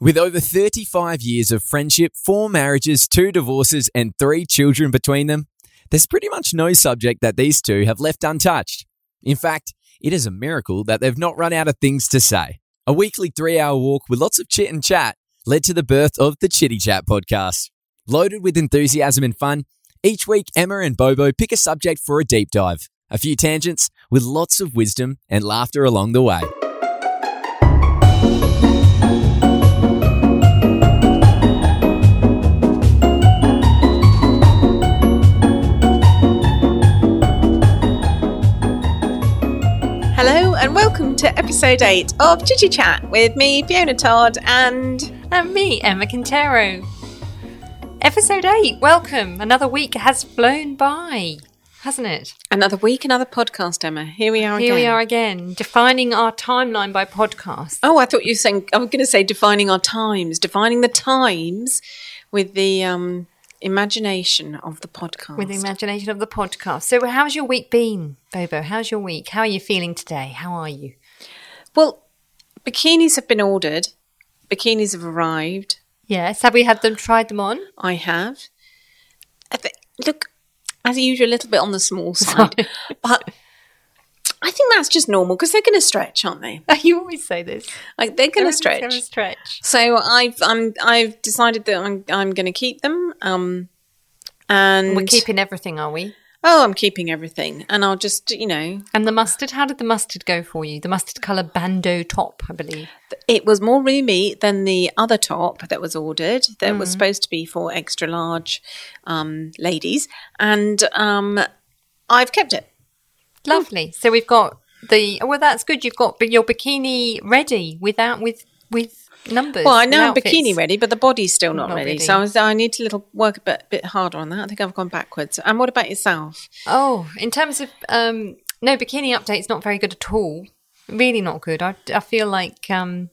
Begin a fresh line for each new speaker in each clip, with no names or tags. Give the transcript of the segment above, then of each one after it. With over 35 years of friendship, four marriages, two divorces, and three children between them, there's pretty much no subject that these two have left untouched. In fact, it is a miracle that they've not run out of things to say. A weekly three hour walk with lots of chit and chat led to the birth of the Chitty Chat podcast. Loaded with enthusiasm and fun, each week Emma and Bobo pick a subject for a deep dive, a few tangents with lots of wisdom and laughter along the way.
Hello and welcome to episode 8 of Chichi Chat with me, Fiona Todd, and
And me, Emma Quintero. Episode 8, welcome. Another week has flown by, hasn't it?
another week, another podcast, Emma. Here we are
Here
again.
we are again, defining our timeline by podcast.
Oh, I thought you were saying, I was going to say defining our times, defining the times with the um, imagination of the podcast.
With the imagination of the podcast. So, how's your week been, Bobo? How's your week? How are you feeling today? How are you?
well, bikinis have been ordered, bikinis have arrived.
Yes, have we had them tried them on?
I have. I thi- look, as usual, a little bit on the small side, but I think that's just normal because they're going to stretch, aren't they?
You always say this.
Like they're going to
Everything's
stretch.
gonna stretch.
So I've um, I've decided that I'm I'm going to keep them. Um, and
We're keeping everything, are we?
oh, I'm keeping everything, and I'll just you know,
And the mustard, how did the mustard go for you? The mustard colour bandeau top, I believe.
it was more roomy than the other top that was ordered that
Mm-hmm.
was supposed to be for extra large um, ladies, and um, I've kept it. Oh.
Lovely. So we've got the oh, well. That's good. You've got b- your bikini ready without with with numbers.
Well, I
and
know I'm
outfits.
bikini ready, but the body's still not,
Not
ready.
ready.
So I, was, I need to little work a bit, bit harder on that. I think I've gone backwards. And what about yourself?
Oh, in terms of um, no bikini update's not very good at all. Really not good. I I feel like um,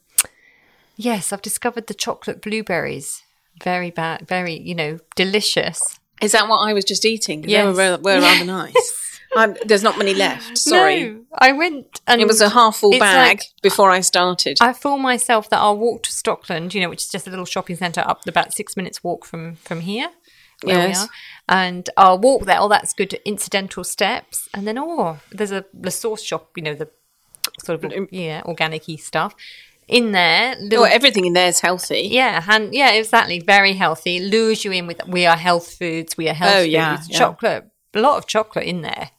yes, I've discovered the chocolate blueberries. Very bad. Very you know delicious.
Is that what I was just eating? Yeah,
Yes.
They were, were rather nice. I'm, there's not many left. Sorry.
No, I went and
It was a half full
it's
bag
like-
before I started.
I fool myself that our walk to Stockland, you know, which is just a little shopping centre up about six minutes walk from from here. Where
Yes.
We are. And I'll walk there. Oh, that's good. Incidental steps, and then oh, there's a the sauce shop. You know the sort of yeah organicy stuff in there.
well,
Little,
everything in there is healthy.
yeah, hand, yeah, exactly. Very healthy. Lures you in with we are health foods. We are health
Oh,
foods.
yeah, yeah.
Chocolate, a lot of chocolate in there.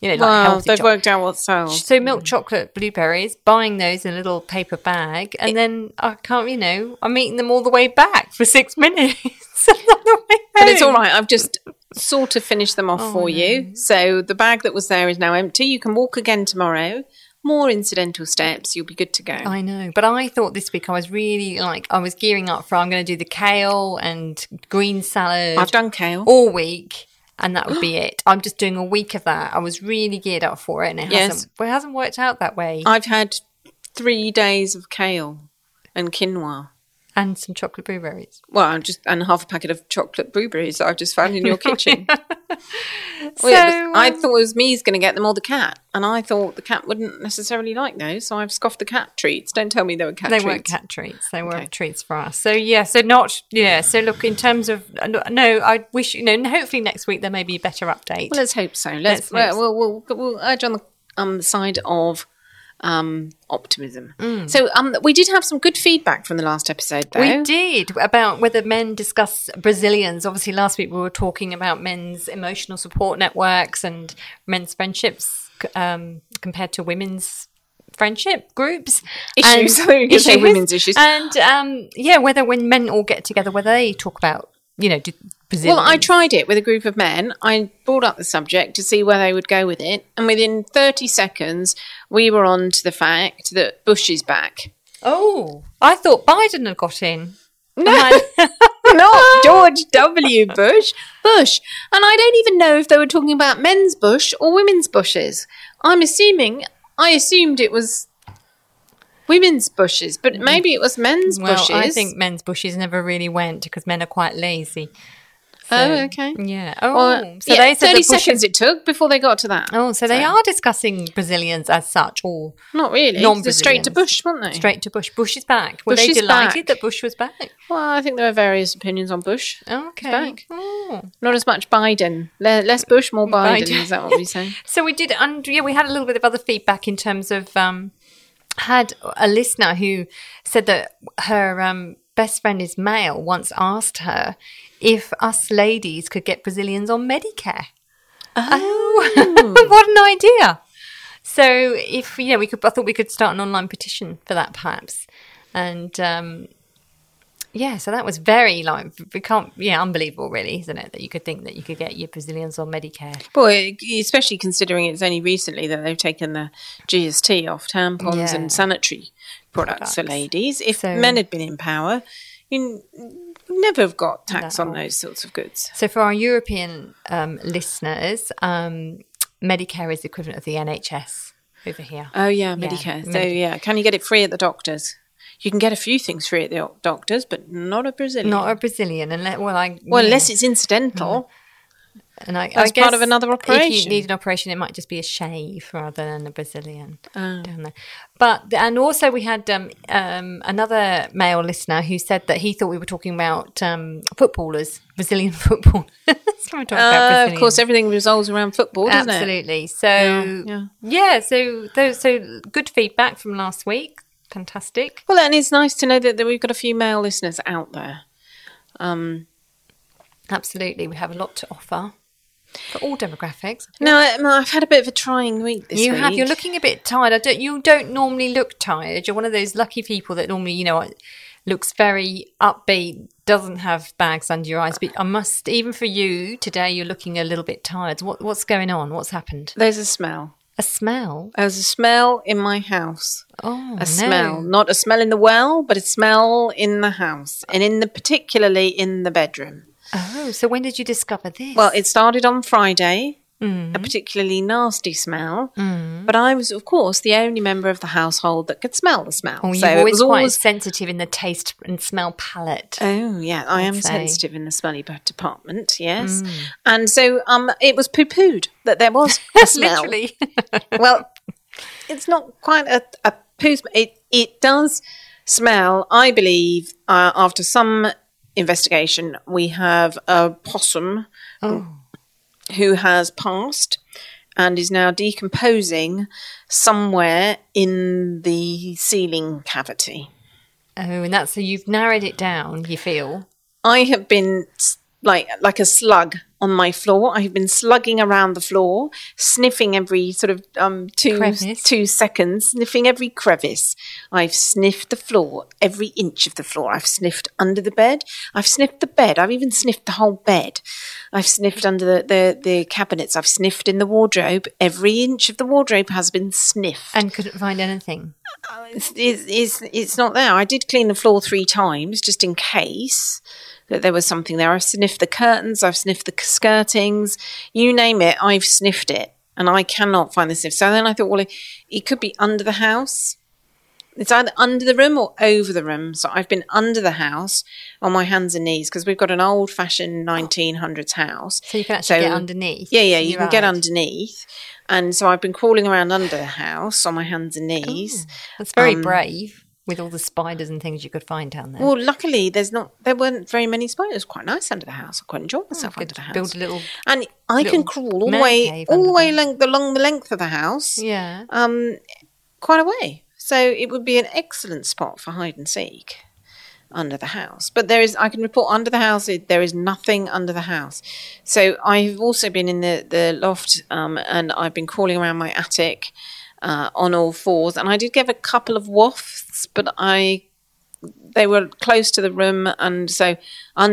You know, like
Well,
healthy
they've
chocolate.
worked out what sells.
So milk chocolate blueberries, buying those in a little paper bag, and then I can't, you know, I'm eating them all the way back for six minutes. on the way
But it's all
home.
right. I've just sort of finished them
Oh,
off for you. So the bag that was there is now empty. You can walk again tomorrow. More incidental steps. You'll be good to go.
I know, but I thought this week I was really like I was gearing up for I'm going to do the kale and green salad
I've done kale.
all week, and that would be it. I'm just doing a week of that. I was really geared up for it, and it
Yes.
hasn't well, it hasn't worked out that way.
I've had three days of kale and quinoa.
and some chocolate blueberries.
Well, I'm just and half a packet of chocolate blueberries that I've just found in your kitchen.
So
Well, it was- I
um,
thought it was me's going to get them or the cat, and I thought the cat wouldn't necessarily like those, so I've scoffed the cat treats. Don't tell me they were cat
they
treats.
weren't cat treats. They were
Okay.
treats for us. So yeah. So not yeah. So look, in terms of uh, no, I wish you know. and Hopefully next week there may be a better update.
Well, let's hope so. Let's,
Let's hope so.
we'll, we'll, we'll, we'll urge on the um, side of um, optimism. So um, we did have some good feedback from the last episode, though.
Mm. we did about whether men discuss Brazilians. Obviously, last week we were talking about men's emotional support networks and men's friendships c- um, compared to women's friendship groups
Issues.
and
I think you say women's issues.
and um, yeah whether when men all get together whether they talk about you know do Brazilians.
Well, I tried it with a group of men. I brought up the subject to see where they would go with it, and within 30 seconds, we were on to the fact that Bush is back.
Oh, I thought Biden had got in. No,
Not George W. Bush, Bush. And I don't even know if they were talking about men's bush or women's bushes. I'm assuming, I assumed it was women's bushes, but maybe it was men's
Mm. well,
bushes.
I think men's bushes never really went because men are quite lazy.
Oh, okay.
Yeah. Oh,
Well,
so
yeah,
they said
30
that Bush-
seconds it took before they got to that.
Oh, so they are discussing Brazilians as such, or
Not really.
Non-Brazilians.
They're straight to Bush, weren't they?
straight to Bush. Bush is back. Were
Bush
they
is back.
delighted that Bush was back?
Well, I think there are various opinions on Bush.
Okay.
back.
Oh.
Not as much Biden. Le- Less Bush, more Biden.
Biden.
Is that what we say?
So we did, and yeah, we had a little bit of other feedback in terms of um, had a listener who said that her um, best friend is male once asked her if us ladies could get Brazilians on Medicare. Oh, what an idea! So if yeah, we could. I thought we could start an online petition for that, perhaps, and. Um, yeah, so that was very like we can't yeah, unbelievable really, isn't it? That you could think that you could get your Brazilians on Medicare.
Boy, especially considering it's only recently that they've taken the GST off tampons
Yeah.
and sanitary products, for
Products.
ladies. If
So-
men had been in power, you n- never have got tax on
No.
those sorts of goods.
So, for our European um, listeners, um, Medicare is the equivalent of the NHS over here.
Oh yeah, Medicare. so
Medicare.
yeah, can you get it free at the doctors? You can get a few things free at the doc- doctors, but not a Mm-hmm. Brazilian.
Not a Brazilian, unless well, I
well,
yeah.
unless it's incidental.
and I,
that's part of another
If you
operation.
need an operation, it might just be a shave rather than a Brazilian
Oh.
down there. But and also we had um, um, another male listener who said that he thought we were talking about um, footballers, Brazilian footballers. We're talking about
Uh, of
Brazilians.
course, everything resolves around football, doesn't it?
Absolutely. So
Yeah,
yeah, so those, so good feedback from last week. Fantastic.
Well, and it's nice to know that, that we've got a few male listeners out there. Um,
Absolutely. We have a lot to offer for all demographics.
now, Emma, I've had a bit of a trying week this
you
week.
have you're looking a bit tired. I don't you don't normally look tired. You're one of those lucky people that normally, you know, looks very upbeat, doesn't have bags under your eyes, but I must even for you today you're looking a little bit tired. What what's going on? What's happened?
There's a smell.
A smell?
There's a smell in my house.
Oh,
A
no.
smell, not a smell in the well, but a smell in the house, and in the particularly in the bedroom.
Oh, so when did you discover this? Mm,
Well, it started on Friday, a particularly nasty smell. But I was, of course, the only member of the household that could smell the smell.
Oh, you're
so it
always
was
quite
always.
sensitive in the taste and smell palette.
Oh yeah, I am
say. Mm.
sensitive in the smelly b- department. Yes, and so um, it was poo pooed that there was a smell.
Literally.
well, it's not quite a, a poo. sm- It it does smell. I believe uh, after some investigation, we have a possum
Oh.
who has passed and is now decomposing somewhere in the ceiling cavity.
oh, and that's so you've narrowed it down, you feel.
I have been s- like like a slug on my floor. I have been slugging around the floor, sniffing every sort of um, two
Crevice.
two seconds, sniffing every crevice. I've sniffed the floor, every inch of the floor. I've sniffed under the bed. I've sniffed the bed. I've even sniffed the whole bed. I've sniffed under the, the, the cabinets. I've sniffed in the wardrobe. Every inch of the wardrobe has been sniffed
And couldn't find anything.
it's, it's, it's, it's not there. I did clean the floor three times just in case that there was something there. I've sniffed the curtains, I've sniffed the skirtings, you name it, I've sniffed it. And I cannot find the sniff. So then I thought, well, it, it could be under the house. It's either under the room or over the room. So I've been under the house on my hands and knees because we've got an old fashioned 1900s house.
So you can actually get underneath.
Yeah, yeah, you can get
Right.
underneath. And so I've been crawling around under the house on my hands and knees.
That's very brave with all the spiders and things you could find down there.
Um, Well, luckily, there's not there weren't very many spiders. It was Quite nice under the house. I quite enjoyed myself under the house.
Oh, Build a little.
and I
little
can crawl all the
man
way,
cave
all
under
the way length, along the length of the house,
Yeah.
um, quite a way. So it would be an excellent spot for hide and seek under the house. But there is, I can report under the house, it- there is nothing under the house. So I've also been in the, the loft um, and I've been crawling around my attic uh, on all fours. And I did give a couple of wafts, but I they were close to the room and so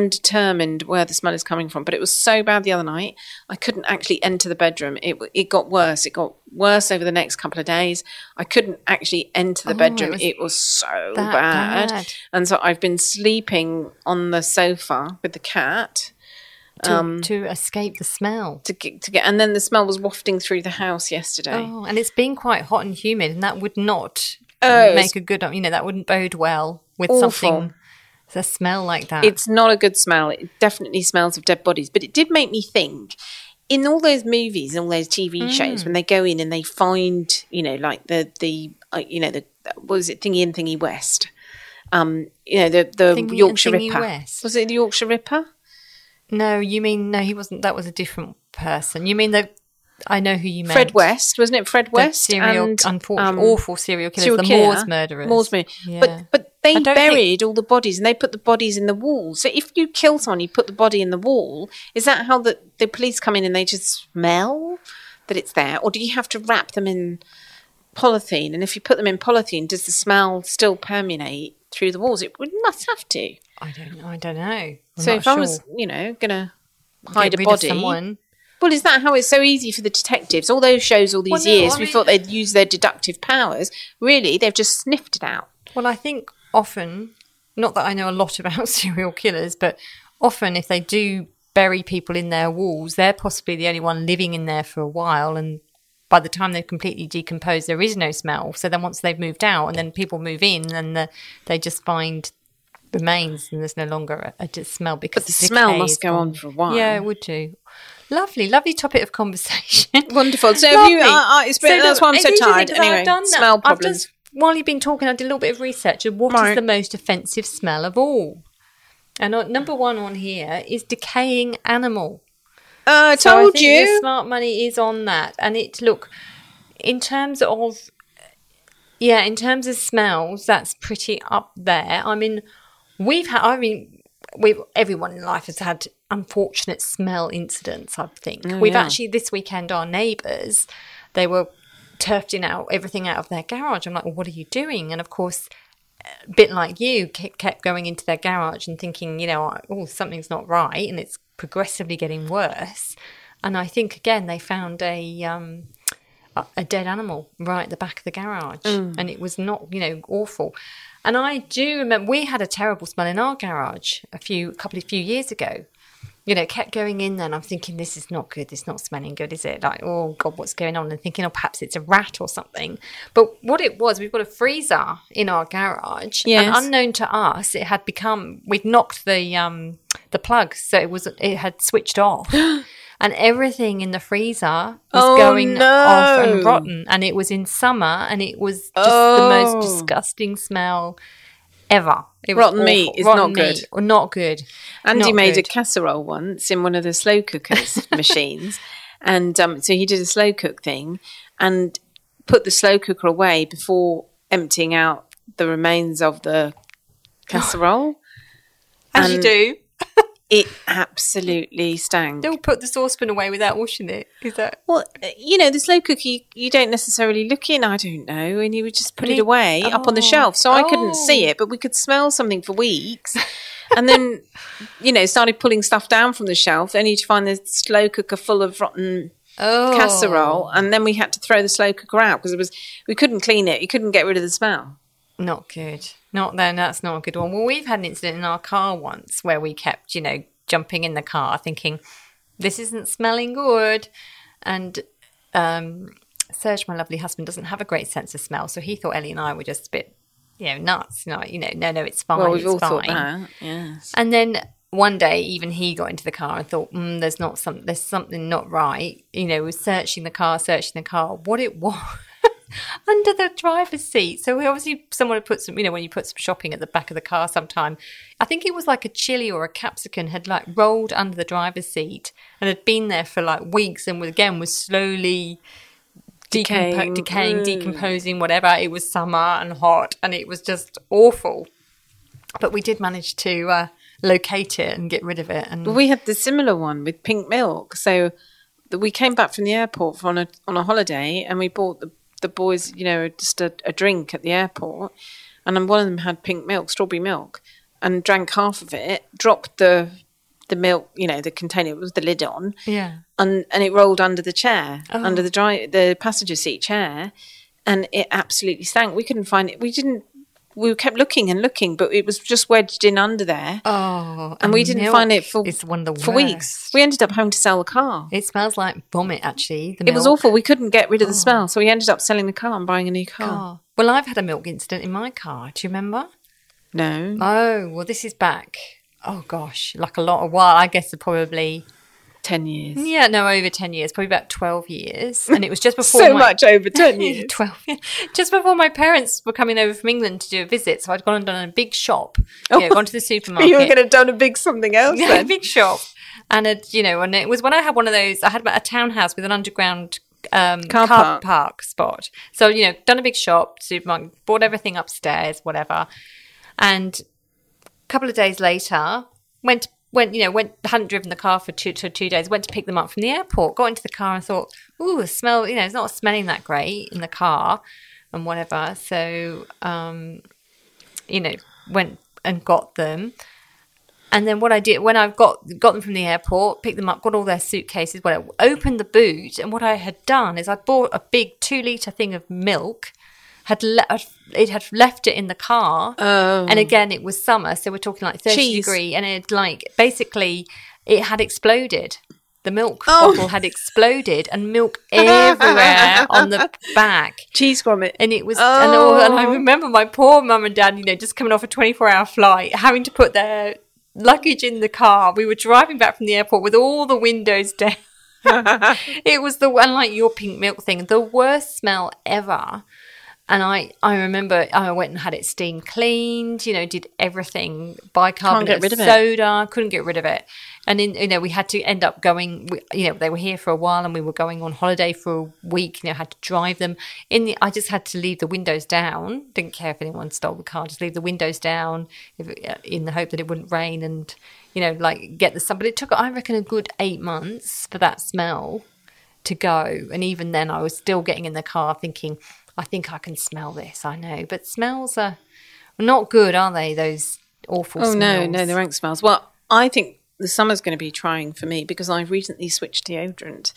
undetermined where the smell is coming from but it was so bad the other night i couldn't actually enter the bedroom it w- it got worse it got worse over the next couple of days i couldn't actually enter the
Oh, it
bedroom
was
it was, so
that
bad.
bad.
and so i've been sleeping on the sofa with the cat
To,
Um,
to escape the smell.
to get, to get and then the smell was wafting through the house yesterday
Oh, and it's been quite hot and humid, and that would not
Oh,
make a good. You know, that wouldn't bode well with
Awful.
something The smell like that.
It's not a good smell. It definitely smells of dead bodies. But it did make me think in all those movies and all those TV shows
Mm.
when they go in and they find, you know, like the the uh, you know the what was it Thingy and Thingy West, um, you know the the
Thingy and
Yorkshire
Thingy
Ripper.
West.
Was it the Yorkshire Ripper?
no, you mean no? He wasn't. That was a different person. You mean the? I know who you meant.
Fred West, wasn't it? Fred
The
West,
serial,
and,
unfortunate,
um,
awful serial killers,
serial
the
killer,
Moors murderers.
Moors murder-
Yeah.
But but they
I don't
buried all the bodies and they put the bodies in the wall. So if you kill someone, you put the body in the wall. Is that how the, the police come in and they just smell that it's there, or do you have to wrap them in polythene? And if you put them in polythene, does the smell still permeate through the walls? It would, must have to.
I don't. I don't know. I'm
so
not
if I
sure.
was, you know, gonna
Get
hide a
rid of
body,
someone.
well, is that how it's so easy for the detectives? All those shows, all these
Well, no,
years,
I
we
mean-
thought they'd use their deductive powers. Really, they've just sniffed it out.
Well, I think often, not that I know a lot about serial killers, but often if they do bury people in their walls, they're possibly the only one living in there for a while. And by the time they've completely decomposed, there is no smell. So then once they've moved out and then people move in, and the, they just find remains and there's no longer a, a dis- smell because
But the smell
decay
must
is
go
gone.
on for a while.
Yeah, it would do. Lovely, lovely topic of conversation.
Wonderful. So have you-
Lovely.
I- I- it's been- that's why I'm so
it's interesting
tired.
'cause I've
Anyway,
done that.
smell
I've
problems.
just- while you've been talking, I did a little bit of research of what is
Right.
the most offensive smell of all. And uh, number one on here is decaying animal.
Uh, I
So I
told
think The
you.
smart money is on that, and it look in terms of yeah, in terms of smells, that's pretty up there. I mean, we've had. I mean, we everyone in life has had unfortunate smell incidents. I think we've
yeah.
actually this weekend our neighbours they were turfing out everything out of their garage. I'm like, well, what are you doing? And of course, a bit like you, ke- kept going into their garage and thinking, you know, oh, something's not right, and it's progressively getting worse. And I think again, they found a um, a- a dead animal right at the back of the garage, and it was not, you know, awful. And I do remember we had a terrible smell in our garage a few, a couple of few years ago. You know, it kept going in. Then I'm thinking, this is not good. It's not smelling good, is it? Like, oh god, what's going on? And thinking, oh, perhaps it's a rat or something. But what it was, we've got a freezer in our garage,
Yes.
and unknown to us, it had become we'd knocked the um the plug, so it was it had switched off. And everything in the freezer was
Oh,
going off
no.
and rotten. And it was in summer and it was just the
Oh.
most disgusting smell ever. It was
Rotten meat
awful.
is not good.
meat, Not good.
Andy
Not
made a
good.
casserole once in one of the slow cookers machines, and um, so he did a slow cook thing and put the slow cooker away before emptying out the remains of the casserole.
As you
and-
do.
It absolutely stank.
They'll put the saucepan away without washing it. Is that
Well, uh, you know, the slow cooker you, you don't necessarily look in. I don't know, and you would just put it
Really?
away up on the
Oh.
shelf, so I couldn't
Oh.
see it, but we could smell something for weeks. and then, you know, started pulling stuff down from the shelf, only to find the slow cooker full of rotten
oh
casserole. And then we had to throw the slow cooker out because it was we couldn't clean it, you couldn't get rid of the smell.
Not good. Not then. That's not a good one. Well, we've had an incident in our car once where we kept, you know, jumping in the car thinking, this isn't smelling good. And um, Serge, my lovely husband, doesn't have a great sense of smell. So he thought Ellie and I were just a bit, you know, nuts. Like, you know, no, no, it's fine.
Well, we've
it's
all
Oh,
thought
fine.
that. Yes.
And then one day, even he got into the car and thought, mm, "There's not some. There's something not right." You know, we were searching the car, searching the car. What it was under the driver's seat. So we obviously someone had put some. You know, when you put some shopping at the back of the car, sometime I think it was like a chili or a capsicum had like rolled under the driver's seat and had been there for like weeks, and was- again was slowly
Decaying.
decaying, decaying decomposing, whatever. It was summer and hot, and it was just awful. But we did manage to uh, locate it and get rid of it. And
Well, we had the similar one with pink milk. So th- we came back from the airport for on a on a holiday, and we bought the the boys, you know, just a, a drink at the airport, and then one of them had pink milk, strawberry milk, and drank half of it, dropped the the milk, you know, the container with the lid on,
yeah,
and and it rolled under the chair,
Oh.
under the dry the passenger seat chair, and it absolutely stank. We couldn't find it. We didn't. We kept looking and looking, but it was just wedged in under there
oh,
and we didn't find it for
it's one of the
for weeks. We ended up having to sell the car.
It smells like vomit. Actually, the
It was
milk.
awful. We couldn't get rid of the smell, so we ended up selling the Oh. car and buying a new car.
Oh. Well, I've had a milk incident in my car. Do you remember?
No.
Oh, well, this is back. Oh gosh, like a lot of while. I guess probably
10 years.
yeah, no, over ten years, probably about twelve years, and it was just before
So
my-
much over 10
Yeah,
years.
12 yeah. just before my parents were coming over from England to do a visit. So I'd gone and done a big shop,
Oh.
you know, gone to the supermarket.
You were going to have done a big something else
Yeah,
then.
big shop. And it, you know, and it was when I had one of those. I had a townhouse with an underground um,
Car
car,
park.
park. spot. So you know, done a big shop, supermarket, bought everything upstairs, whatever. And a couple of days later, went went you know went hadn't driven the car for two to two days. Went to pick them up from the airport. Got into the car and thought, ooh, the smell. You know, it's not smelling that great in the car, and whatever. So um, you know, went and got them. And then what I did when I got got them from the airport, picked them up, got all their suitcases, whatever, opened the boot, and what I had done is I bought a big two liter thing of milk, had le- it had left it in the car,
Oh.
and again it was summer, so we're talking like thirty
Cheese.
degree, and it like basically it had exploded. The milk
Oh.
bottle had exploded, and milk everywhere on the back
Cheese grommet.
and it was and, all, and I
Oh.
remember my poor mum and dad, you know, just coming off a 24 hour flight, having to put their luggage in the car. We were driving back from the airport with all the windows down. it was the and like your pink milk thing, the worst smell ever. And I, I remember I went and had it steam cleaned, you know, did everything bicarbonate
Can't get rid of it.
soda, couldn't get rid of it. And in, you know, we had to end up going, we, you know, they were here for a while and we were going on holiday for a week, you know, had to drive them in the, I just had to leave the windows down. Didn't care if anyone stole the car, just leave the windows down if, uh, in the hope that it wouldn't rain and, you know, like get the sun. But it took, I reckon, a good eight months for that smell to go. And even then, I was still getting in the car thinking, I think I can smell this. I know. But smells are not good, are they? Those awful
Oh no,
smells.
no, there aren't smells. Well, I think the summer's going to be trying for me because I've recently switched deodorant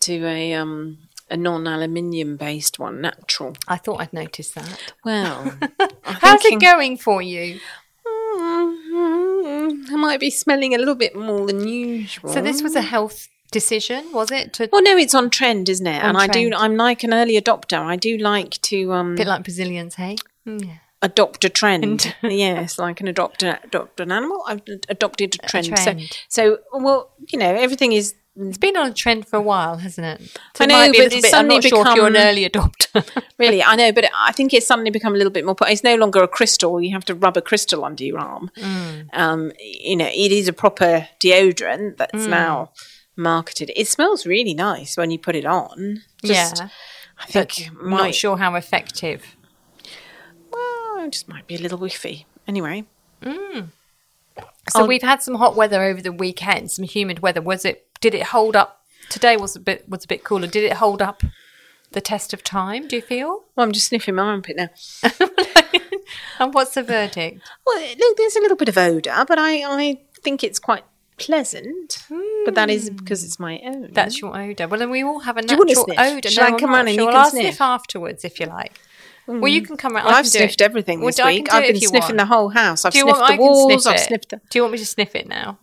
to a um, a non-aluminium based one, natural.
I thought I'd noticed that.
Well,
How's it going for you?
I might be smelling a little bit more than usual.
So, this was a health decision, was it? To,
Well, no, it's on trend, isn't it? and I do.
trend.
I'm like an early adopter. I do like to um,
a bit like Brazilians, hey?
Hmm.
Mm, yeah.
adopt a trend. yes, like an adopt, adopt an animal. I've ad- adopted a trend.
trend.
So, so well, you know, everything is
It's been on a trend for a while, hasn't it? So
I
it
know,
might be a
but
little
it's
bit- I'm
suddenly
not sure if you're an
become-
early adopter.
Really, I know, but I think it's suddenly become a little bit more. It's no longer a crystal. You have to rub a crystal under your arm.
Mm.
Um, you know, it is a proper deodorant that's
Mm.
now marketed. It smells really nice when you put it on. Just,
yeah.
I
But
think
I'm
might
not sure how effective.
well, it just might be a little whiffy. Anyway,
So
I'll-
we've had some hot weather over the weekend, some humid weather. Was it? Did it hold up? Today was a bit was a bit cooler. Did it hold up the test of time? Do you feel?
well, I'm just sniffing my armpit now.
And what's the verdict?
Well, it- look, there's a little bit of odour, but I, I think it's quite pleasant. But that is because it's my own.
Hmm. That's your odour. Well, then we all have a
you wanna
natural
sniff?
odour.
Shall I
I'm
come
not
on and
sure.
you
Well,
can
I'll
sniff?
sniff afterwards if you like. Well, you can come around.
Well,
I
I've
can do
sniffed
it.
everything
Well,
this
I can
week.
do
I've
it
been
if you
sniffing
want.
the whole house. I've
Do you
sniffed
want?
the
I can
walls.
sniff
I've
it.
sniffed. The,
Do you want me to sniff it now?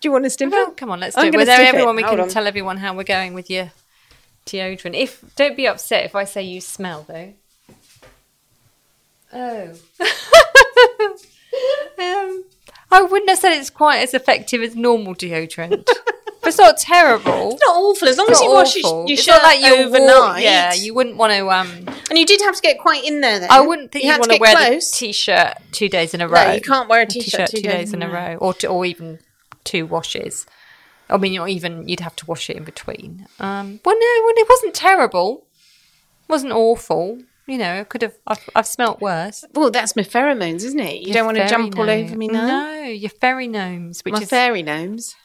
do you want to sniff
Well,
it?
come on, let's
I'm
do it.
gonna
Well, there,
sniff it.
everyone, we
Hold
can
on.
tell everyone how we're going with your deodorant. If don't be upset if I say you smell though. Oh. um, I wouldn't have said it's quite as effective as normal deodorant, but it's not terrible.
It's not awful as long
It's
as you
not
wash your-
awful.
your
It's
shirt
not like you
overnight.
Wore, yeah, you wouldn't want to. Um,
and you did have to get quite in there. Then
I wouldn't think
you
you
had
would
to
want to
get
wear
close.
the t-shirt two days in a row.
no, you can't wear a
A
t-shirt, two days
in a row, or t or even two washes. I mean, not even you'd have to wash it in between. Um, well, no, well, it wasn't terrible. wasn't awful. You know, I could have. I've, I've smelt worse.
Well, that's my pheromones, isn't it? You don't want to jump all over me now.
No, your fairy gnomes, which
My
is
fairy gnomes.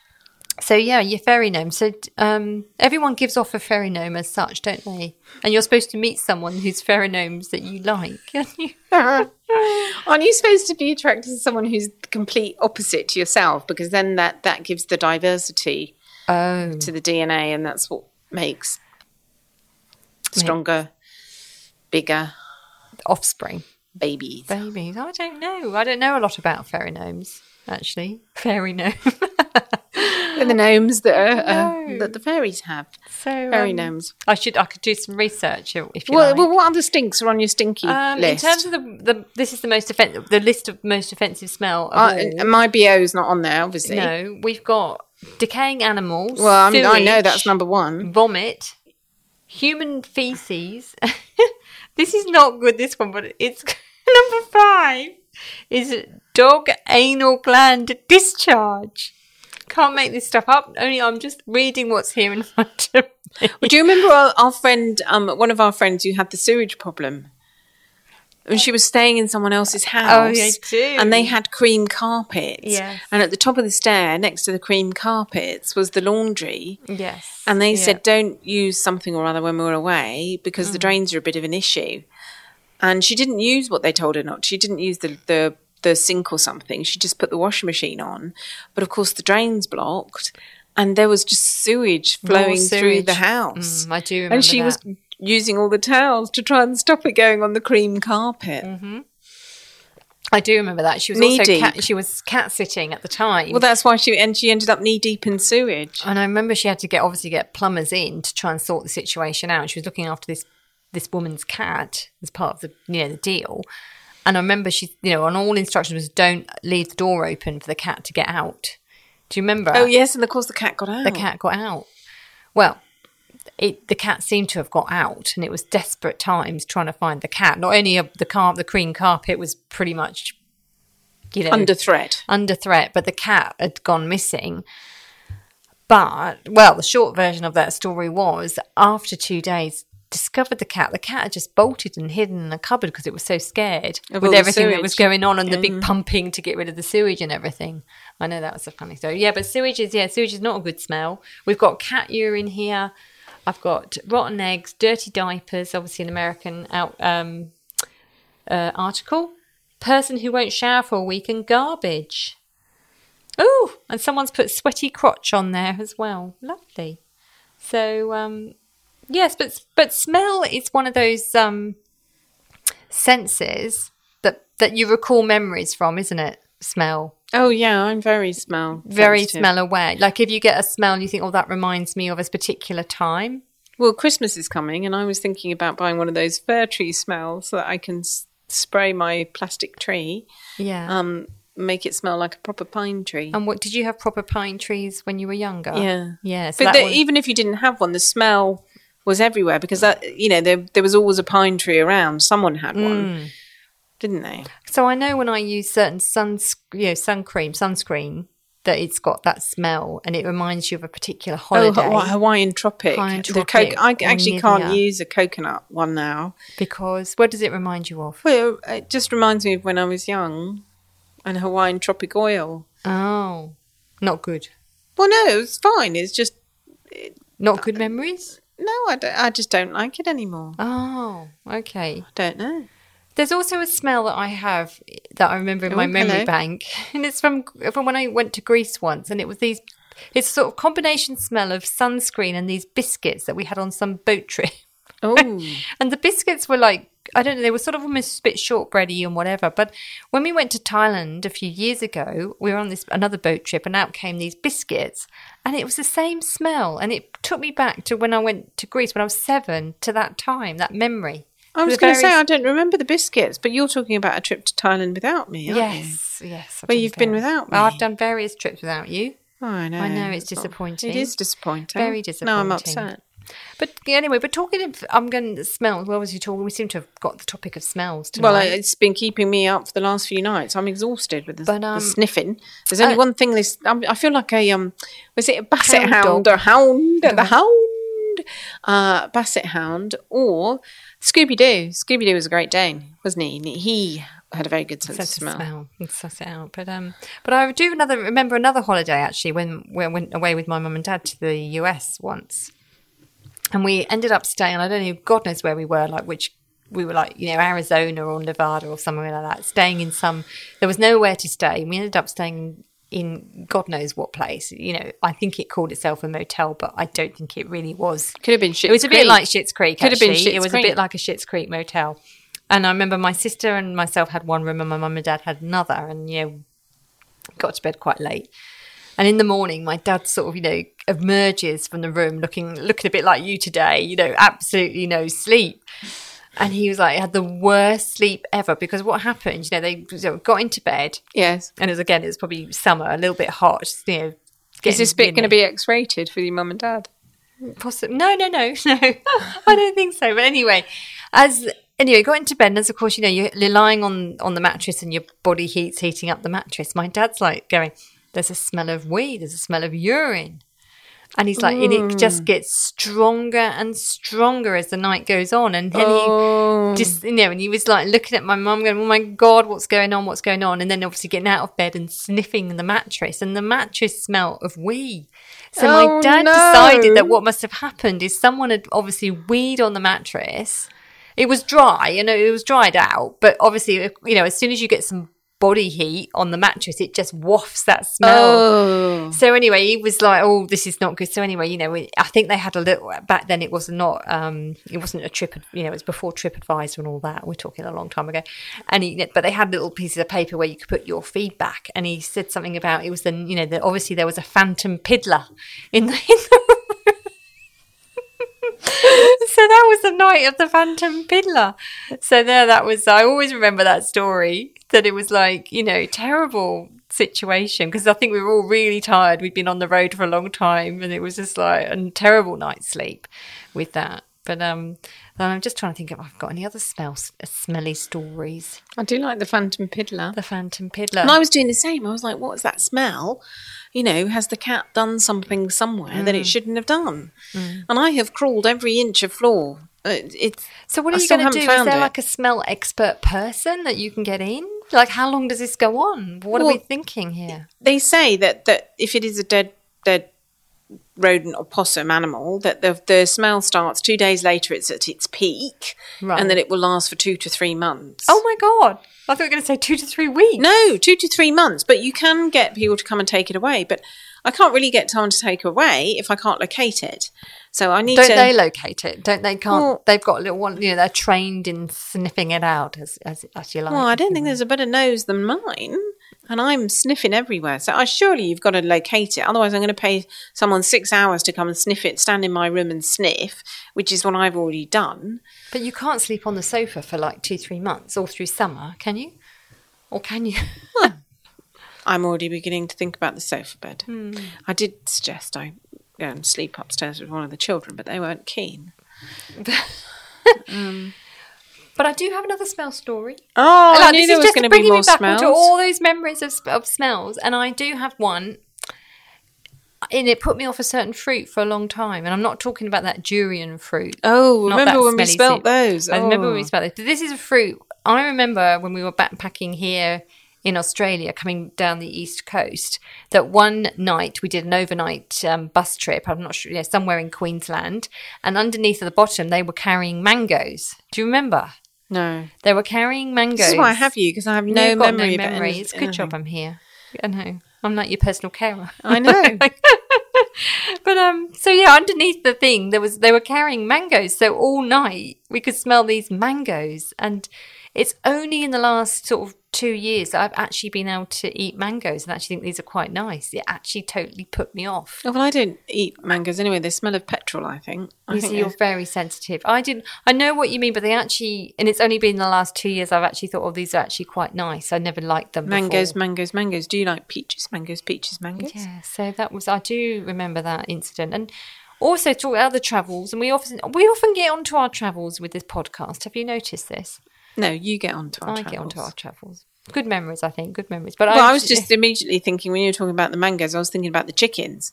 so yeah, your fairy gnome. So d- um, everyone gives off a fairy gnome as such, don't they? And you're supposed to meet someone whose fairy gnomes that you like. aren't you?
Aren't you supposed to be attracted to someone who's the complete opposite to yourself? Because then that that gives the diversity
oh,
to the DNA, and that's what makes stronger, bigger
offspring.
babies.
Babies. I don't know. I don't know a lot about fairy gnomes, actually. Fairy gnome.
They're the gnomes that are, uh,
No.
that the fairies have.
So
Fairy
um,
gnomes.
I should. I could do some research if if you
Well,
like.
well, what other stinks are on your stinky
um, in
list?
terms of the, the this is the most offensive the list of most offensive smell. Of
Uh,
all.
and my BO's not on there, obviously.
No, we've got decaying animals.
Well, I mean, I know
sewage,
that's number one.
Vomit, human feces. this is not good. This one, but it's number five. Is dog anal gland discharge? Can't make this stuff up. Only I'm just reading what's here in front of me.
Well, do you remember our, our friend, um, one of our friends who had the sewage problem? And she was staying in someone else's house.
I do.
And they had cream carpets.
Oh, Yes.
And at the top of the stair, next to the cream carpets, was the laundry.
Yes.
And they
Yeah. Mm.
said, don't use something or other when we're away because the drains are a bit of an issue. And she didn't use what they told her not. She didn't use the, the, the sink or something. She just put the washing machine on. But of course, the drain's blocked and there was just sewage flowing through
sewage.
the house.
Mm, I do remember
and she was using all the towels to try and stop it going on the cream carpet.
Mm-hmm. I do remember that she was
Knee
also
deep.
cat, she was cat sitting at the time.
Well, that's why she and she ended up knee deep in sewage.
And I remember she had to get obviously get plumbers in to try and sort the situation out. She was looking after this this woman's cat as part of the you know the deal. And I remember she you know on all instructions was don't leave the door open for the cat to get out. Do you remember?
Oh yes, and of course the cat got out.
The cat got out. Well, it, the cat seemed to have got out, and it was desperate times trying to find the cat. Not only of the car, the cream carpet was pretty much, you know,
under threat.
under threat, but the cat had gone missing. But, well, the short version of that story was after two days, discovered the cat. The cat had just bolted and hidden in a cupboard because it was so scared
Of all
with
the
everything that was
sewage.
going on and the big pumping to get rid of the sewage and everything. I know that was a funny story. Yeah, but sewage is, yeah, sewage is not a good smell. We've got cat urine here. I've got rotten eggs, dirty diapers, obviously an American out, um, uh, article. Person who won't shower for a week and garbage. Oh, and someone's put sweaty crotch on there as well. Lovely. So um, yes, but but smell is one of those um, senses that that you recall memories from, isn't it? Smell,
Oh yeah, I'm very smell.
very
sensitive.
smell aware. Like if you get a smell and you think, oh, that reminds me of this particular time.
Well, Christmas is coming, and I was thinking about buying one of those fir tree smells so that I can s- spray my plastic tree,
Yeah. Oh
um, make it smell like a proper pine tree.
and what did you have proper pine trees when you were younger?
Yeah.
Yeah. So
but
that
the,
one-
even if you didn't have one, the smell was everywhere because that you know there there was always a pine tree around. Someone had
Mm.
one, didn't they? Oh,
So I know when I use certain sun, you know, sun cream, sunscreen, that it's got that smell and it reminds you of a particular
Oh,
holiday
Hawa- Hawaiian tropic.
Hawaiian
The
Tropic
coco- I
or
actually can't
Nivea.
use a coconut one now.
because what does it remind you of?
Well, it just reminds me of when I was young, and Hawaiian tropic oil.
Oh, not good.
Well, no, it's fine. It's just
Not
Uh,
good memories?
No, I, don't- I just don't like it anymore.
Oh, okay.
I don't know.
There's also a smell that I have that I remember in my
Oh,
memory
hello.
bank, and it's from from when I went to Greece once, and it was these. It's sort of combination smell of sunscreen and these biscuits that we had on some boat trip.
Oh,
And the biscuits were like, I don't know, they were sort of almost a bit shortbready and whatever. But when we went to Thailand a few years ago, we were on this another boat trip and out came these biscuits. And it was the same smell. And it took me back to when I went to Greece when I was seven to that time, that memory.
I
It
was
a
going to
very-
say I don't remember the biscuits, but you're talking about a trip to Thailand without me, aren't you?
Yes, yes. I've
Well,
done
you've been
var-
without
Well,
me.
I've done various trips without you.
Oh, I know.
I know, it's
Oh,
disappointing.
It is disappointing.
Very
No, I'm
disappointing.
upset.
But anyway, but talking of, I'm going to smell. Well, as you talking, we seem to have got the topic of smells tonight.
Well, it's been keeping me up for the last few nights. I'm exhausted with the,
But,
the
um,
sniffing. There's only
uh,
one thing. This I'm, I feel like a um, was it a basset
Hound
hound
dog.
or hound? The hound, uh, basset hound or Scooby Doo. Scooby Doo was a Great Dane, wasn't he? He had a very good sense,
sense
of smell.
of smell and suss it out. But um, but I do another remember another holiday actually when when I went away with my mum and dad to the US once, and we ended up staying. I don't know, God knows where we were, like which we were like you know Arizona or Nevada or somewhere like that, staying in some. There was nowhere to stay, and we ended up staying in God knows what place. You know, I think it called itself a motel, but I don't think it really was.
Could have been shit.
It was a bit like Shit's Creek.
Could have been
actually.
Schitt's
It was
Creek.
a bit like a Shit's Creek motel. And I remember my sister and myself had one room, and my mum and dad had another. And you know, got to bed quite late. And in the morning, my dad sort of, you know, emerges from the room looking looking a bit like you today, you know, absolutely no sleep. And he was like, had the worst sleep ever because what happened, you know, they you know, got into bed
Yes.
and it was again, it was probably summer, a little bit hot, you know.
Is this bit
getting, you
going to
know,
be X rated for your mum and dad?
Possi No, no, no, no. I don't think so. But anyway, as anyway, got into bed, and as of course you know you're, you're lying on on the mattress, and your body heat's heating up the mattress. My dad's like going, "There's a smell of weed. There's a smell of urine." And he's like, and it
Mm.
just gets stronger and stronger as the night goes on. And then
Oh.
he just, you know, and he was like looking at my mum, going, "Oh my god, what's going on? What's going on?" And then obviously getting out of bed and sniffing the mattress, and the mattress smell of weed. So
Oh,
my dad
no.
decided that what must have happened is someone had obviously weed on the mattress. It was dry, you know, it was dried out, but obviously, you know, as soon as you get some body heat on the mattress, it just wafts that smell.
Oh.
So anyway, he was like, "Oh, this is not good." So anyway, you know, we- I think they had a little back then. It was not, um, it wasn't a trip. You know, it was before TripAdvisor and all that. We're talking a long time ago. And he, but they had little pieces of paper where you could put your feedback. And he said something about it was then, you know, that obviously there was a phantom piddler in the. In the so that was the night of the Phantom Piddler. So there, that was. I always remember that story. That it was like you know terrible situation because I think we were all really tired. We'd been on the road for a long time, and it was just like a terrible night's sleep with that. But um, I'm just trying to think if I've got any other smells, smelly stories.
I do like the Phantom Piddler.
The Phantom Piddler.
And I was doing the same. I was like, what's that smell? You know, has the cat done something somewhere that
Mm.
it shouldn't have done? And I have crawled every inch of floor. It, it's
So what are
I
you
still
going
haven't
to do? Is
found
there
it.
like a smell expert person that you can get in? Like how long does this go on? What are
Well,
we thinking here?
they say that that if it is a dead dead rodent or possum animal that the the smell starts 2 days later it's at its peak
Right.
and that it will last for 2 to 3 months.
Oh my god! I thought you were going to say two to three weeks.
No, 2 to 3 months, but you can get people to come and take it away, but I can't really get someone to take it away if I can't locate it. So I need
Don't
to
they locate it? Don't they? Can't
Well-
they've got a little one? You know, they're trained in sniffing it out as as, as you like.
Well, I
if
don't
you
think
will.
there's a better nose than mine. And I'm sniffing everywhere. So I surely you've got to locate it. Otherwise I'm going to pay someone six hours to come and sniff it, stand in my room and sniff, which is what I've already done.
But you can't sleep on the sofa for like two three months all through summer, can you? Or can you?
I'm already beginning to think about the sofa bed.
Hmm.
I did suggest I go and sleep upstairs with one of the children, but they weren't keen.
but I do have another smell story.
Oh, I
Like,
knew
this
there
is
was
just
going to be
bringing
more
me back onto
smells.
all those memories of, sp- of smells, and I do have one. And it put me off a certain fruit for a long time, and I'm not talking about that durian fruit.
Oh,
Not
remember
that
when we
smelly
spelt
soup.
those?
I remember when
Oh.
we spelt it. But this is a fruit. I remember when we were backpacking here in Australia, coming down the east coast, that one night we did an overnight um, bus trip. I'm not sure, yeah, somewhere in Queensland. And underneath at the bottom, they were carrying mangoes. Do you remember?
No.
They were carrying mangoes.
This is why I have you, because I have no
You've got
memory
No
about
memory.
anything-
It's a good
anything.
job I'm here. I know. I'm like your personal carer.
I know.
But um, so yeah, underneath the thing there was they were carrying mangoes. So all night we could smell these mangoes, and it's only in the last sort of two years that I've actually been able to eat mangoes and actually think these are quite nice. It actually totally put me off.
Oh, well, I don't eat mangoes anyway. They smell of petrol, I think. I
You
think
see, you're
they-
very sensitive. I didn't. I know what you mean, but they actually, and it's only been the last two years I've actually thought, oh, these are actually quite nice. I never liked them.
mangoes,
before.
mangoes, mangoes. Do you like peaches, mangoes, peaches, mangoes?
Yeah, so that was I do remember that incident, and also talk about other travels. And we often we often get onto our travels with this podcast. Have you noticed this?
No, you get onto our
I get onto our travels. Good memories, I think. Good memories. But
Well,
I,
I was just immediately thinking when you were talking about the mangoes, I was thinking about the chickens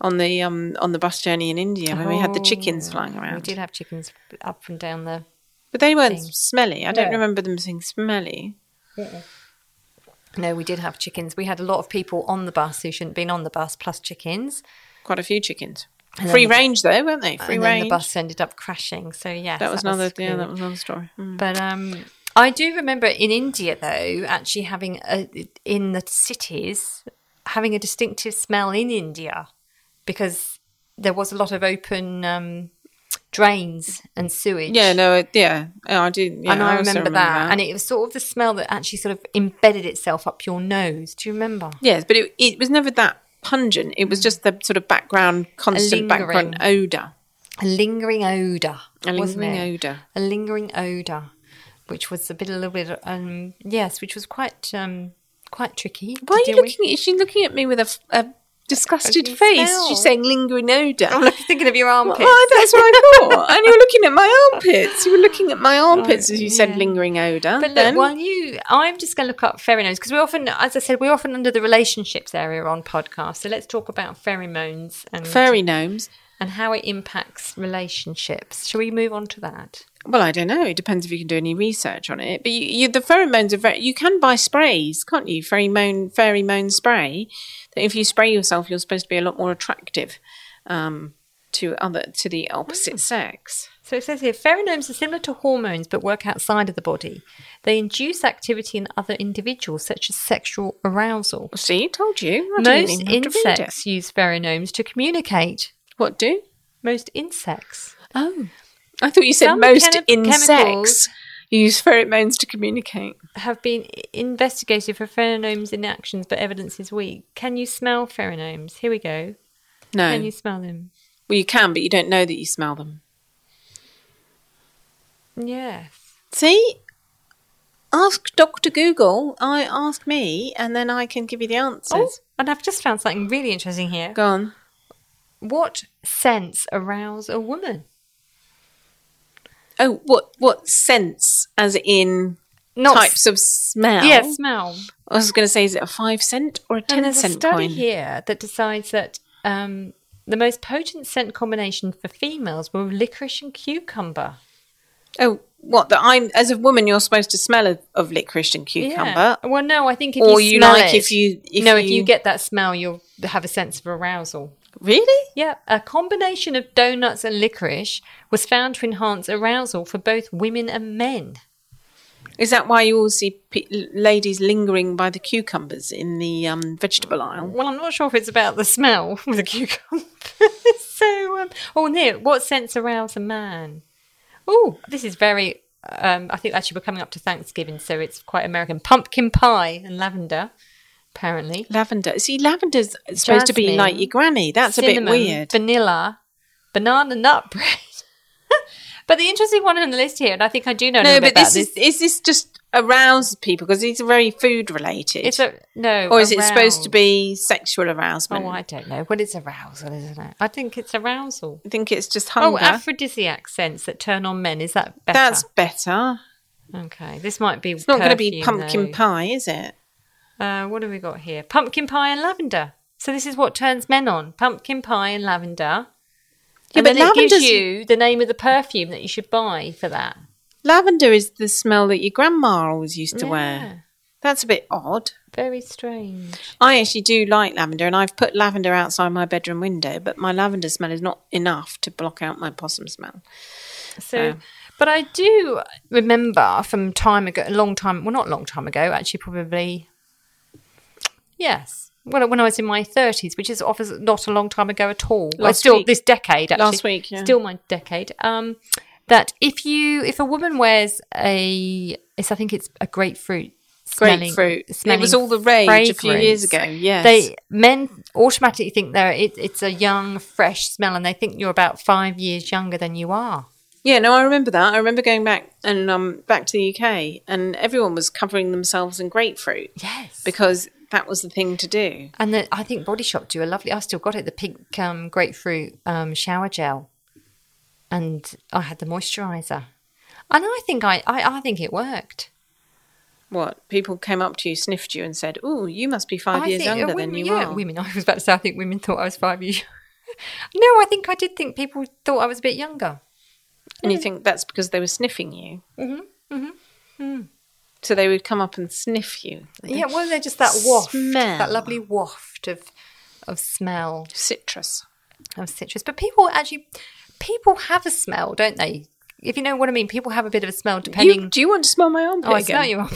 on the um on the bus journey in India when we had the chickens
Oh,
flying
We
around.
did have chickens up and down the.
But they weren't
things.
smelly. I don't
No.
remember them being smelly.
No, we did have chickens. We had a lot of people on the bus who shouldn't have been on the bus, plus chickens.
Quite a few chickens.
And then
Free
the-
range though, weren't they? Free
and then
range.
the bus ended up crashing. So yeah,
that was another yeah,
cool.
that was another story. Mm.
But um, I do remember in India though, actually having a, in the cities having a distinctive smell in India because there was a lot of open um, drains and sewage.
Yeah, no, it, yeah. Oh, I do yeah,
and I,
also
remember, that. and it was sort of the smell that actually sort of embedded itself up your nose. Do you remember?
Yes, but it, it was never that pungent. It
Mm.
was just the sort of background, constant background odor,
A lingering odor.
a lingering odor.
a lingering odor, which was a bit, a little bit, um, yes, which was quite, um, quite tricky.
Why are
to
you
deal with.
looking? At, is she looking at me with a, f- a disgusted
Ugly
face?
smell.
She's saying lingering odor.
I'm like thinking of your
Well, oh,
armpit.
that's what I thought. and you were looking at my armpits. You were looking at my armpits as you said lingering odor.
But look,
then
while you, I'm just going to look up pheromones because we often, as I said, we're often under the relationships area on podcasts. So let's talk about pheromones and
fairy gnomes.
and how it impacts relationships. Shall we move on to that?
Well, I don't know. It depends if you can do any research on it. But you, you the pheromones are very. You can buy sprays, can't you? Pheromone pheromone spray. That if you spray yourself, you're supposed to be a lot more attractive um, to other to the
Hmm.
opposite sex.
So it says here pheromones are similar to hormones but work outside of the body. They induce activity in other individuals, such as sexual arousal.
See, told you. I didn't
Most
even have to read it.
insects use pheromones to communicate.
What do?
Most insects.
Oh, I thought you said
Some
most
chemi-
insects
chemicals-
use pheromones to communicate.
have been investigated for pheromones in actions, but evidence is weak. Can you smell pheromones? Here we go.
No,
Can you smell them?
well, you can, but you don't know that you smell them.
Yes.
See, ask Doctor Google. I ask me, and then I can give you the answers.
Oh, and I've just found something really interesting here.
Go on.
What scents arouse a woman?
Oh, what what sense? As in
Not
types of smell?
Yeah, smell.
I was going to say, is it a five cent or a
And
ten
there's a
cent
study
coin?
here that decides that um, the most potent scent combination for females were licorice and cucumber.
Oh, what? That I'm as a woman, you're supposed to smell of, of licorice and
Yeah.
cucumber.
Well, no, I think if
Or
you,
you
smell
like
it-
if you- if
no, if you
you-
get that smell, you'll have a sense of arousal.
Really?
Yeah, a combination of donuts and licorice was found to enhance arousal for both women and men.
Is that why you all see pe- ladies lingering by the cucumbers in the um, vegetable aisle?
Well, I'm not sure if it's about the smell with the cucumber. so, um, oh, Neil, what sense arouse a man? Oh, this is very. Um, I think actually we're coming up to Thanksgiving, so it's quite American. Pumpkin pie and lavender, apparently.
Lavender. See, lavender's supposed to be
Jasmine.
like your granny. That's
cinnamon,
a bit weird.
Vanilla, banana nut bread. but the interesting one on the list here, and I think I do know a
no,
little bit
but
about
this is is this just arouse people because these are very food related,
It's a no.
or is it supposed to
aroused.
be sexual arousement?
Oh, I don't know. Well, it's arousal, isn't it? I think it's arousal.
I think it's just
Oh,
hunger.
aphrodisiac scents that turn on men. Is that better?
That's better.
okay. This might be.
It's not going to be
perfume,
pumpkin
though.
pie, is it?
Uh, what have we got here? Pumpkin pie and lavender. So this is what turns men on: pumpkin pie and lavender.
Yeah,
and
but
then it gives
lavender's-
you the name of the perfume that you should buy for that.
Lavender is the smell that your grandma always used to
Yeah.
wear. That's a bit odd.
Very strange.
I actually do like lavender, and I've put lavender outside my bedroom window, but my lavender smell is not enough to block out my possum smell.
So, but I do remember from time ago, a long time, well, not long time ago, actually, probably, yes. Well, when I was in my 30s, which is obviously not a long time ago at all. Well,
Last
still
week.
this decade, actually.
Last week, yeah.
Still my decade. Um, that if you, if a woman wears a, it's, I think it's a grapefruit. Smelling,
Grapefruit. It
smelling
was all the rage a few years
fragrance,
ago, yes.
They men automatically think they're it, it's a young, fresh smell, and they think you're about five years younger than you are.
Yeah, no, I remember that. I remember going back and um, back to the UK, and everyone was covering themselves in grapefruit
Yes.
because that was the thing to do.
And the, I think Body Shop do a lovely. I still got it, the pink um, grapefruit um, shower gel, and I had the moisturizer, and I think I, I, I think it worked.
What people came up to you, sniffed you, and said, "Oh, you must be five
I
years
think, uh,
younger
women,
than you
yeah,
are."
Women, I was about to say, I think women thought I was five years. no, I think I did think people thought I was a bit younger.
And you think that's because they were sniffing you. Mm-hmm. Mm-hmm.
mm-hmm, mm.
So they would come up and sniff you.
Yeah, well, they're just that waft, that
Smell.
lovely waft of of smell
Citrus.
of citrus. But people actually, people have a smell, don't they? If you know what I mean, people have a bit of a smell depending.
You, do you want to smell my armpit?
Oh, I
again?
smell you up.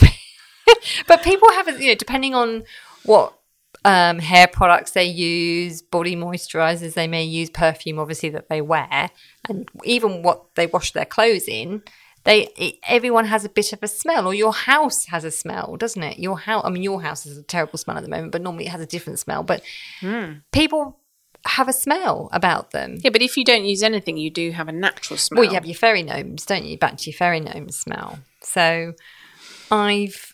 but people have, a- you know, depending on what um, hair products they use, body moisturizers they may use, perfume obviously that they wear, and even what they wash their clothes in, They it, everyone has a bit of a smell, or your house has a smell, doesn't it? Your house. I mean, your house has a terrible smell at the moment, but normally it has a different smell. But people have a smell about them.
Yeah, but if you don't use anything, you do have a natural smell.
Well, you have your fairy gnomes, don't you? Back to your fairy gnome smell. So I've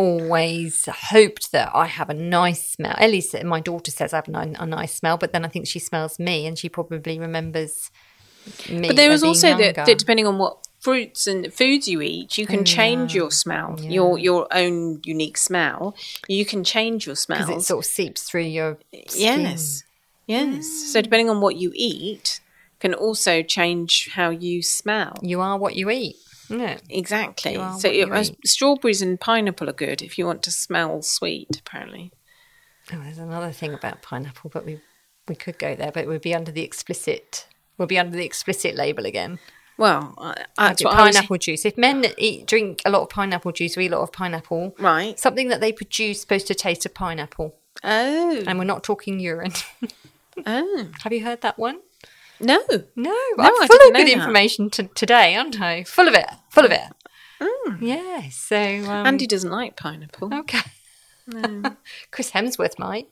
always hoped that I have a nice smell. At least my daughter says I have a ni- a nice smell, but then I think she smells me and she probably remembers me.
But there was
as being
also that,
younger.
that depending on what fruits and foods you eat, you can change your smell, your your own unique smell. You can change your
'Cause it
smells.
sort of seeps through your skin.
yes, yes. So depending on what you eat, can also change how you smell.
You are what you eat, isn't it?
Exactly.
You are
So
what
it-
you
uh, strawberries and pineapple are good if you want to smell sweet. Apparently,
Oh, there's another thing about pineapple, but we we could go there, but it would be under the explicit. We'll be under the explicit label again.
well, I, that's what I was,
pineapple juice. If men eat drink a lot of pineapple juice, or eat a lot of pineapple.
right.
Something that they produce supposed to taste of pineapple,
Oh,
and we're not talking urine.
oh,
Have you heard that one?
no.
No,
I
I'm full
didn't
of
know that.
good information to today, aren't I? Full of it, full of it. Yeah. So um,
Mm. Andy Mm. doesn't like pineapple.
okay. Chris Hemsworth might.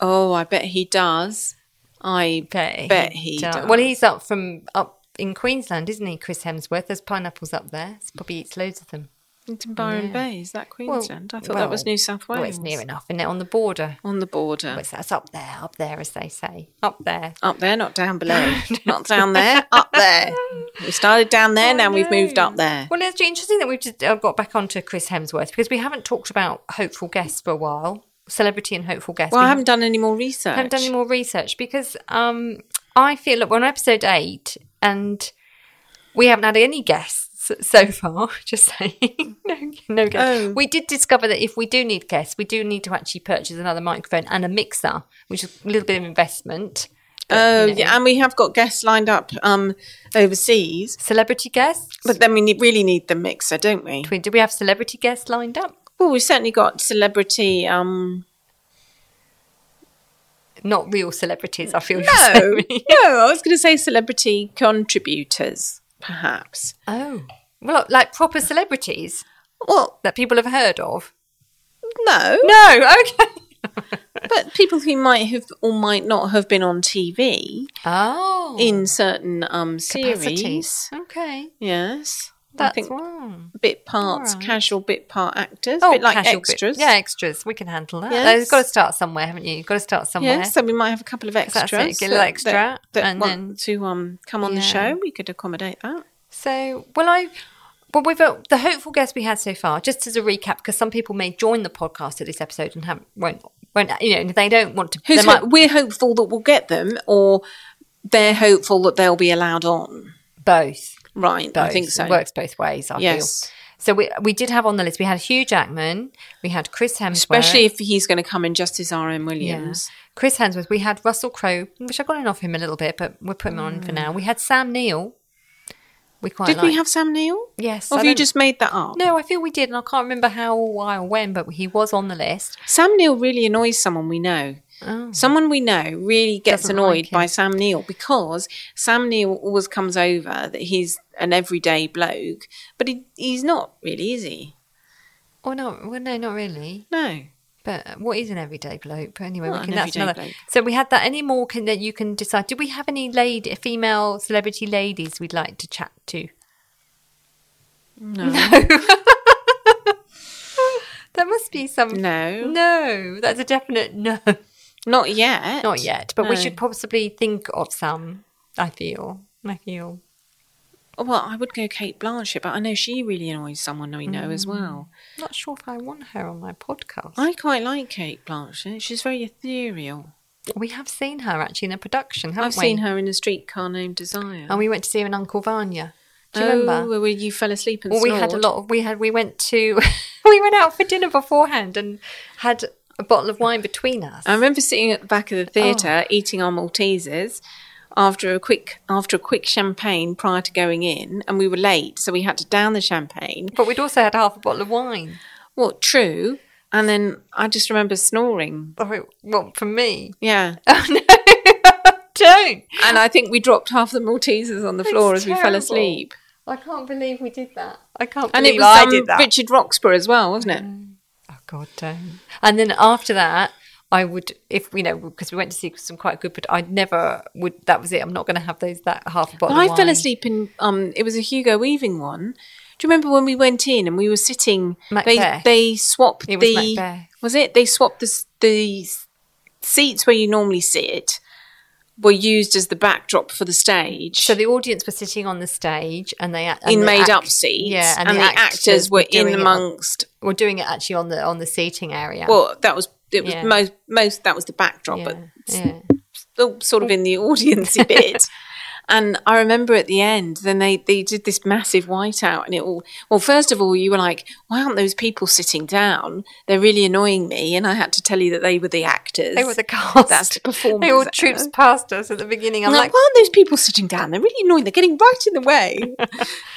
Oh, I bet he does. I
Bet,
Bet he does.
Well, he's up from up in Queensland, isn't he? Chris Hemsworth. There's pineapples up there. He probably eats loads of them.
It's in Byron Bay. Is that
Well,
Queensland? I thought
well,
that was New South Wales.
Well, it's near enough, isn't it? On the border.
On the border.
What's that's up there, up there, as they say, up there.
Up there, not down below. not down there, up there. We started down there, now we've moved up there.
Oh, Well, it's interesting that we've just, uh, got back onto Chris Hemsworth because we haven't talked about hopeful guests for a while, celebrity and hopeful guests.
Well,
We
I haven't done any more research.
I haven't done any more research because um, I feel that we're on episode eight and we haven't had any guests so far. Just saying, no, no guests.
Oh.
We did discover that if we do need guests, we do need to actually purchase another microphone and a mixer, which is a little bit of investment. But,
Oh,
you know,
yeah, and we have got guests lined up um, overseas,
Celebrity guests?
but then we need, really need the mixer, don't we?
We- Do we have celebrity guests lined up?
Well, we've certainly got celebrity. Um,
Not real celebrities, I feel. you're
no,
saying.
no, I was going to say celebrity contributors, perhaps.
Oh. Well, like proper celebrities
Well,
that people have heard of.
no,
No, okay.
but people who might have or might not have been on TV
Oh.
in certain um
capacities.
series.
Okay,
Yes, I
that's
think
one.
bit parts,
Alright. Oh,
casual bit part actors, a bit like
casual bit.
extras.
Yeah, extras. We can handle that.
Yes.
You've got to start somewhere, haven't you? You've got to start somewhere.
Yes, so we might have a couple of
that's it,
extras.
get a little extra,
that, that
and
want
then-
to um, come on the
Yeah.
show, we could accommodate that.
So, well, I. Well, we've got the hopeful guest we had so far. Just as a recap, because some people may join the podcast at this episode and haven't won't won't you know and they don't want to. they
Who's
might
ho- we're hopeful that we'll get them, or they're hopeful that they'll be allowed on.
both.
Right,
Both.
I think so.
It works both ways. I
Yes.
feel. So we we did have on the list. We had Hugh Jackman. We had Chris Hemsworth.
Especially if he's going to come in just as R.M. Williams.
Chris Hemsworth. We had Russell Crowe, which I got in off him a little bit, but we're putting him on for now. We had Sam Neill. We quite
Mm. Did
like.
we have Sam Neill?
Yes.
Or
I
have you
don't-
just made that up?
No, I feel we did, and I can't remember how or why or when, but he was on the list.
Sam Neill really annoys someone we know.
Oh.
Someone we know really gets
Doesn't
annoyed
like
by
him.
Sam Neill because Sam Neill always comes over that he's an everyday bloke, but he, he's not really, is he?
Oh no, well no, not really.
No.
But uh, what is an everyday bloke? But anyway,
Not
we
an
can, that's
everyday
another.
bloke.
So we had that. Any more can that you can decide? Did we have any lady, female celebrity ladies we'd like to chat to?
No.
There must be some.
No.
No, that's a definite no.
Not yet.
Not yet, but we
No.
should possibly think of some. I feel. I feel.
Well, I would go Kate Blanchett, but I know she really annoys someone we know
Mm.
as well.
Not sure if I want her on my podcast.
I quite like Kate Blanchett. She's very ethereal.
We have seen her actually in a production, haven't
I've
we?
seen her in a streetcar named Desire.
And we went to see her in Uncle Vanya. Do you
oh,
remember?
where where you fell asleep and
Well, we had a lot of we had we went to we went out for dinner beforehand and had a bottle of wine between us.
I remember sitting at the back of the
Oh.
theatre eating our Maltesers after a quick after a quick champagne prior to going in, and we were late, so we had to down the champagne.
but we'd also had half a bottle of wine.
Well, true. And then I just remember snoring.
Oh, it- Well, for me,
Yeah.
oh no, don't.
And I think we dropped half the Maltesers on the floor as we fell
terrible.
asleep.
I I can't believe we did that. I can't
And
believe
it was
I
um,
did that.
Richard Roxburgh as well, wasn't it?
Oh God, don't. And then after that, I would, if you know, because we went to see some quite good, but I never would. That was it. I'm not going to have those. That half a bottle.
I
of
fell
wine.
asleep in. Um, it was a Hugo Weaving one. Do you remember when we went in and we were sitting? They
Macbeth.
they swapped
It was
the
Macbeth.
was it? They swapped the s- the s- seats where you normally sit were used as the backdrop for the stage.
So the audience were sitting on the stage, and they and
in
the
made
act-
up seats,
Yeah,
and, the, actors, were in
doing it on-
amongst.
were doing it actually on the on the seating area.
Well, that was it was
Yeah.
most most that was the backdrop,
yeah,
but
yeah.
still sort of in the audience a bit. And I remember at the end, then they, they did this massive whiteout, and it all. Well, first of all, you were like, "Why aren't those people sitting down? They're really annoying me." And I had to tell you that they were the actors.
They were the cast.
That's the
They all
performers.
troops past us at the beginning. I'm
I'm
like,
like, "Why aren't those people sitting down? They're really annoying. They're getting right in the way."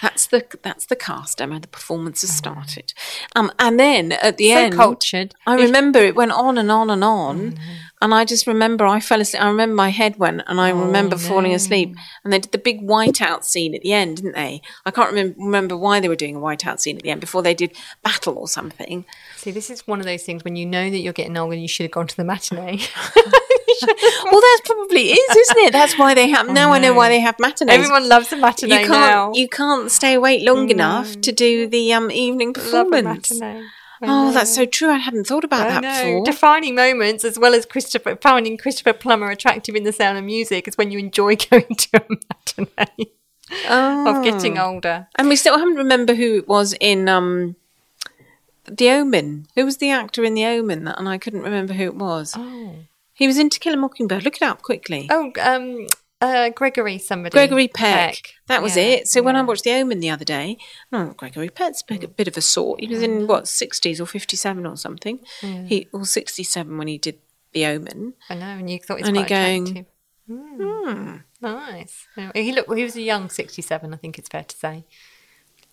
that's the that's the cast, Emma. The performance has started, um, and then at the
so
end,
cultured.
I remember it went on and on and
Oh,
on. And I just remember I fell asleep. I remember my head went and
Oh,
I remember falling asleep. And they did the big whiteout scene at the end, didn't they? I can't remember, remember why they were doing a whiteout scene at the end before they did battle or something.
See, this is one of those things when you know that you're getting old and you should have gone to the matinee.
Well, that probably is, isn't it? That's why they have. Now I know why they have matinees.
Oh, Everyone loves a matinee
you can't
now. Mm.
you can't stay awake long enough to do the um, evening
love a
performance.
matinee. I
Oh,
know.
that's so true. I hadn't thought about
I
that
know.
before.
Defining moments, as well as Christopher finding Christopher Plummer attractive in The Sound of Music, is when you enjoy going to a matinee
Oh.
of getting older.
And we still haven't remember who it was in um, The Omen. Who was the actor in The Omen? That, and I couldn't remember who it was.
Oh,
He was in To Kill a Mockingbird. Look it up quickly.
oh, um, uh, Gregory somebody.
Gregory Peck. That was
Yeah,
it. So when I
yeah. Mm.
watched The Omen the other day, oh, Gregory Peck's a bit, a bit of a sort. He was in what sixties or fifty-seven or something.
Mm.
He or sixty-seven when he did The Omen.
I know, and you thought he's
Only
quite
going-
attractive. Mm, Nice. Yeah, He looked. He was a young sixty-seven. I think it's fair to say.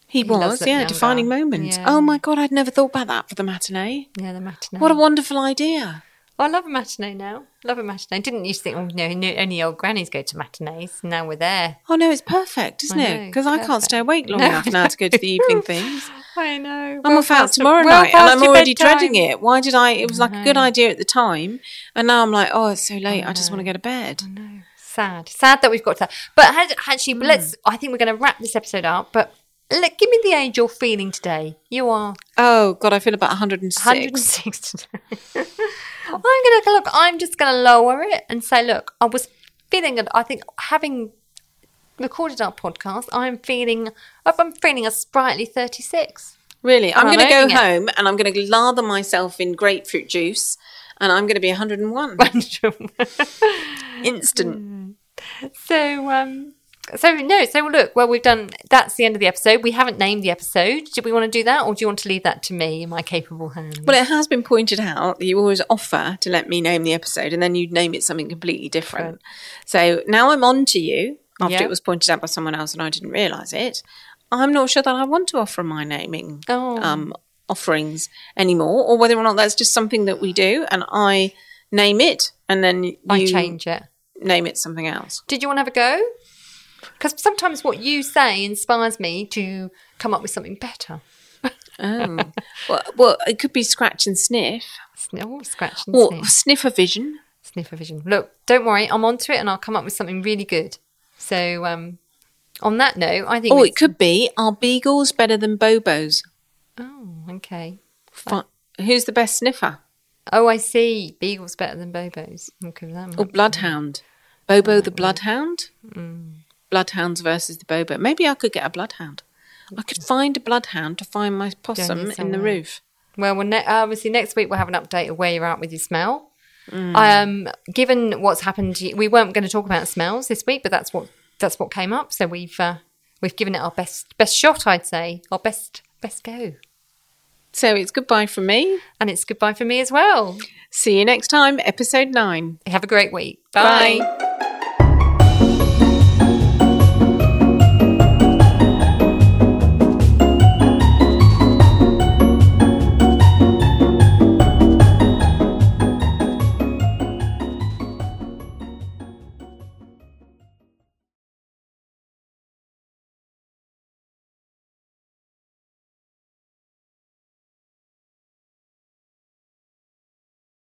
He,
loves
was,
that
yeah,
young
defining
guy.
moment.
Yeah.
Oh my god, I'd never thought about that for the matinee.
Yeah, the matinee. Oh,
What a wonderful idea!
I love a matinee now. Love a matinee. Didn't used to think, oh, no, no, only old grannies go to matinees. Now we're there.
Oh no, it's perfect, isn't
I
it?
know,
Because I can't
perfect.
stay awake long
No,
enough now to go to the evening things.
I know.
I'm off out tomorrow night, and I'm already dreading it. Why did I? It was like a good idea at the time, and now I'm like, oh, it's so late. I just want to go to bed.
Sad. Sad that we've got to that. But had- actually,
Hmm.
but let's. I think we're going to wrap this episode up. But let, give me the age you're feeling today. You are
Oh God, I feel about 106.
106 today. I'm going to look. I'm just going to lower it and say, look, I was feeling. it. I think having recorded our podcast, I'm feeling. I'm feeling a sprightly 36.
Really, I'm
I'm
going to go
owning it.
home and I'm going to lather myself in grapefruit juice, and I'm going to be 101 instant.
so um so no so look well we've done that's the end of the episode we haven't named the episode do we want to do that or do you want to leave that to me in my capable hands
Well, it has been pointed out that you always offer to let me name the episode, and then you name it something completely different. So now I'm on to you. After
Yeah.
it was pointed out by someone else, and I didn't realise it. I'm not sure that I want to offer my naming
Oh.
um, offerings anymore, or whether or not that's just something that we do, and I name it, and then you
i change it
name it something else.
did you want to have a go because sometimes what you say inspires me to come up with something better
Oh, well, well, it could be scratch and sniff,
Sn- Oh, scratch and
or
sniff.
sniffer vision.
sniffer vision. Look, don't worry, I'm onto it, and I'll come up with something really good. So, um, on that note, I think.
Or Oh, it
it's-
could be are beagles better than bobos?
Oh, okay.
Fi- Who's the best sniffer?
Oh, I see. Beagle's better than Bobo's. Okay, with that
Or
one.
Oh, bloodhound? Bobo the bloodhound? Bloodhounds versus the bobo. Maybe I could get a bloodhound. I could find a bloodhound to find my possum in the
somewhere.
roof.
Well, we'll ne- obviously next week we'll have an update of where you're at with your smell. Um, given what's happened, we weren't going to talk about smells this week, but that's what that's what came up. So we've uh, we've given it our best best shot, I'd say, our best best go,
So it's goodbye from me.
and it's goodbye for me as well.
See you next time, episode nine.
Have a great week.
Bye.
Bye.